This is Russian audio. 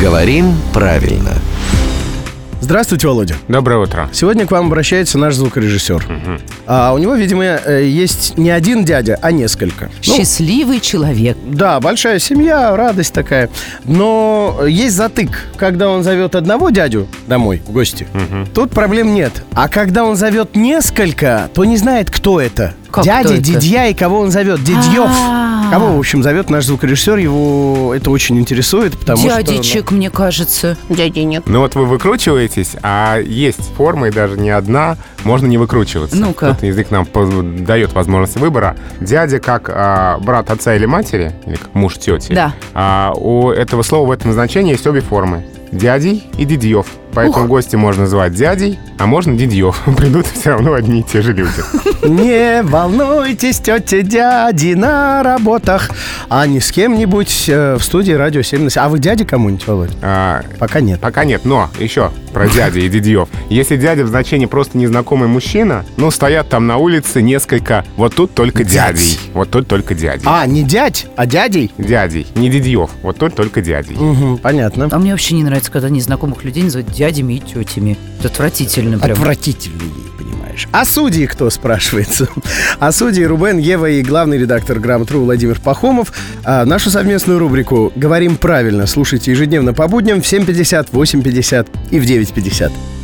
Говорим правильно. Здравствуйте, Володя. Доброе утро. Сегодня к вам обращается наш звукорежиссер. А у него, видимо, э, есть не один дядя, а несколько. Ну, Счастливый человек. да, большая семья, радость такая. Но есть затык. Когда он зовет одного дядю домой в гости, тут проблем нет. А когда он зовет несколько, то не знает, кто это. Как Дядя, кто это? А. дядья и кого он зовет. Дядьев. А-а-а. Кого, в общем, зовет наш звукорежиссер, его это очень интересует, потому что... ну, Дядечек, мне кажется. Дяди нет. Ну вот вы выкручиваетесь, а есть форма и даже не одна, можно не выкручиваться. Ну-ка. Тут язык нам поз- дает возможность выбора. Дядя как а, брат отца или матери, или как муж тети. Да. А, у этого слова в этом значении есть обе формы. Дядей и дядьев. Поэтому гости можно звать дядей, а можно дядьев. Придут все равно одни и те же люди. Не волнуйтесь, тетя дяди на работах, а не с кем-нибудь э, в студии радио 70. А вы дядя кому-нибудь, Володь? А, Пока нет. Пока нет, но еще про дядя и дядьев. Если дядя в значении просто незнакомый мужчина, ну, стоят там на улице несколько, вот тут только Дядь. дядей, вот тут только дядей. А, не дядь, а дядей? Дядей, не дядьев, вот тут только дядей. Мгм, понятно. А мне вообще не нравится, когда незнакомых людей называют дядями и тетями. Это отвратительно прям. Отвратительный ей, понимаешь. А судьи кто, спрашивается? А судьи Рубен, Ева и главный редактор Грамм-Тру Владимир Пахомов. а, нашу совместную рубрику «Говорим правильно» слушайте ежедневно по будням в 7.50, 8.50 и в 9.50.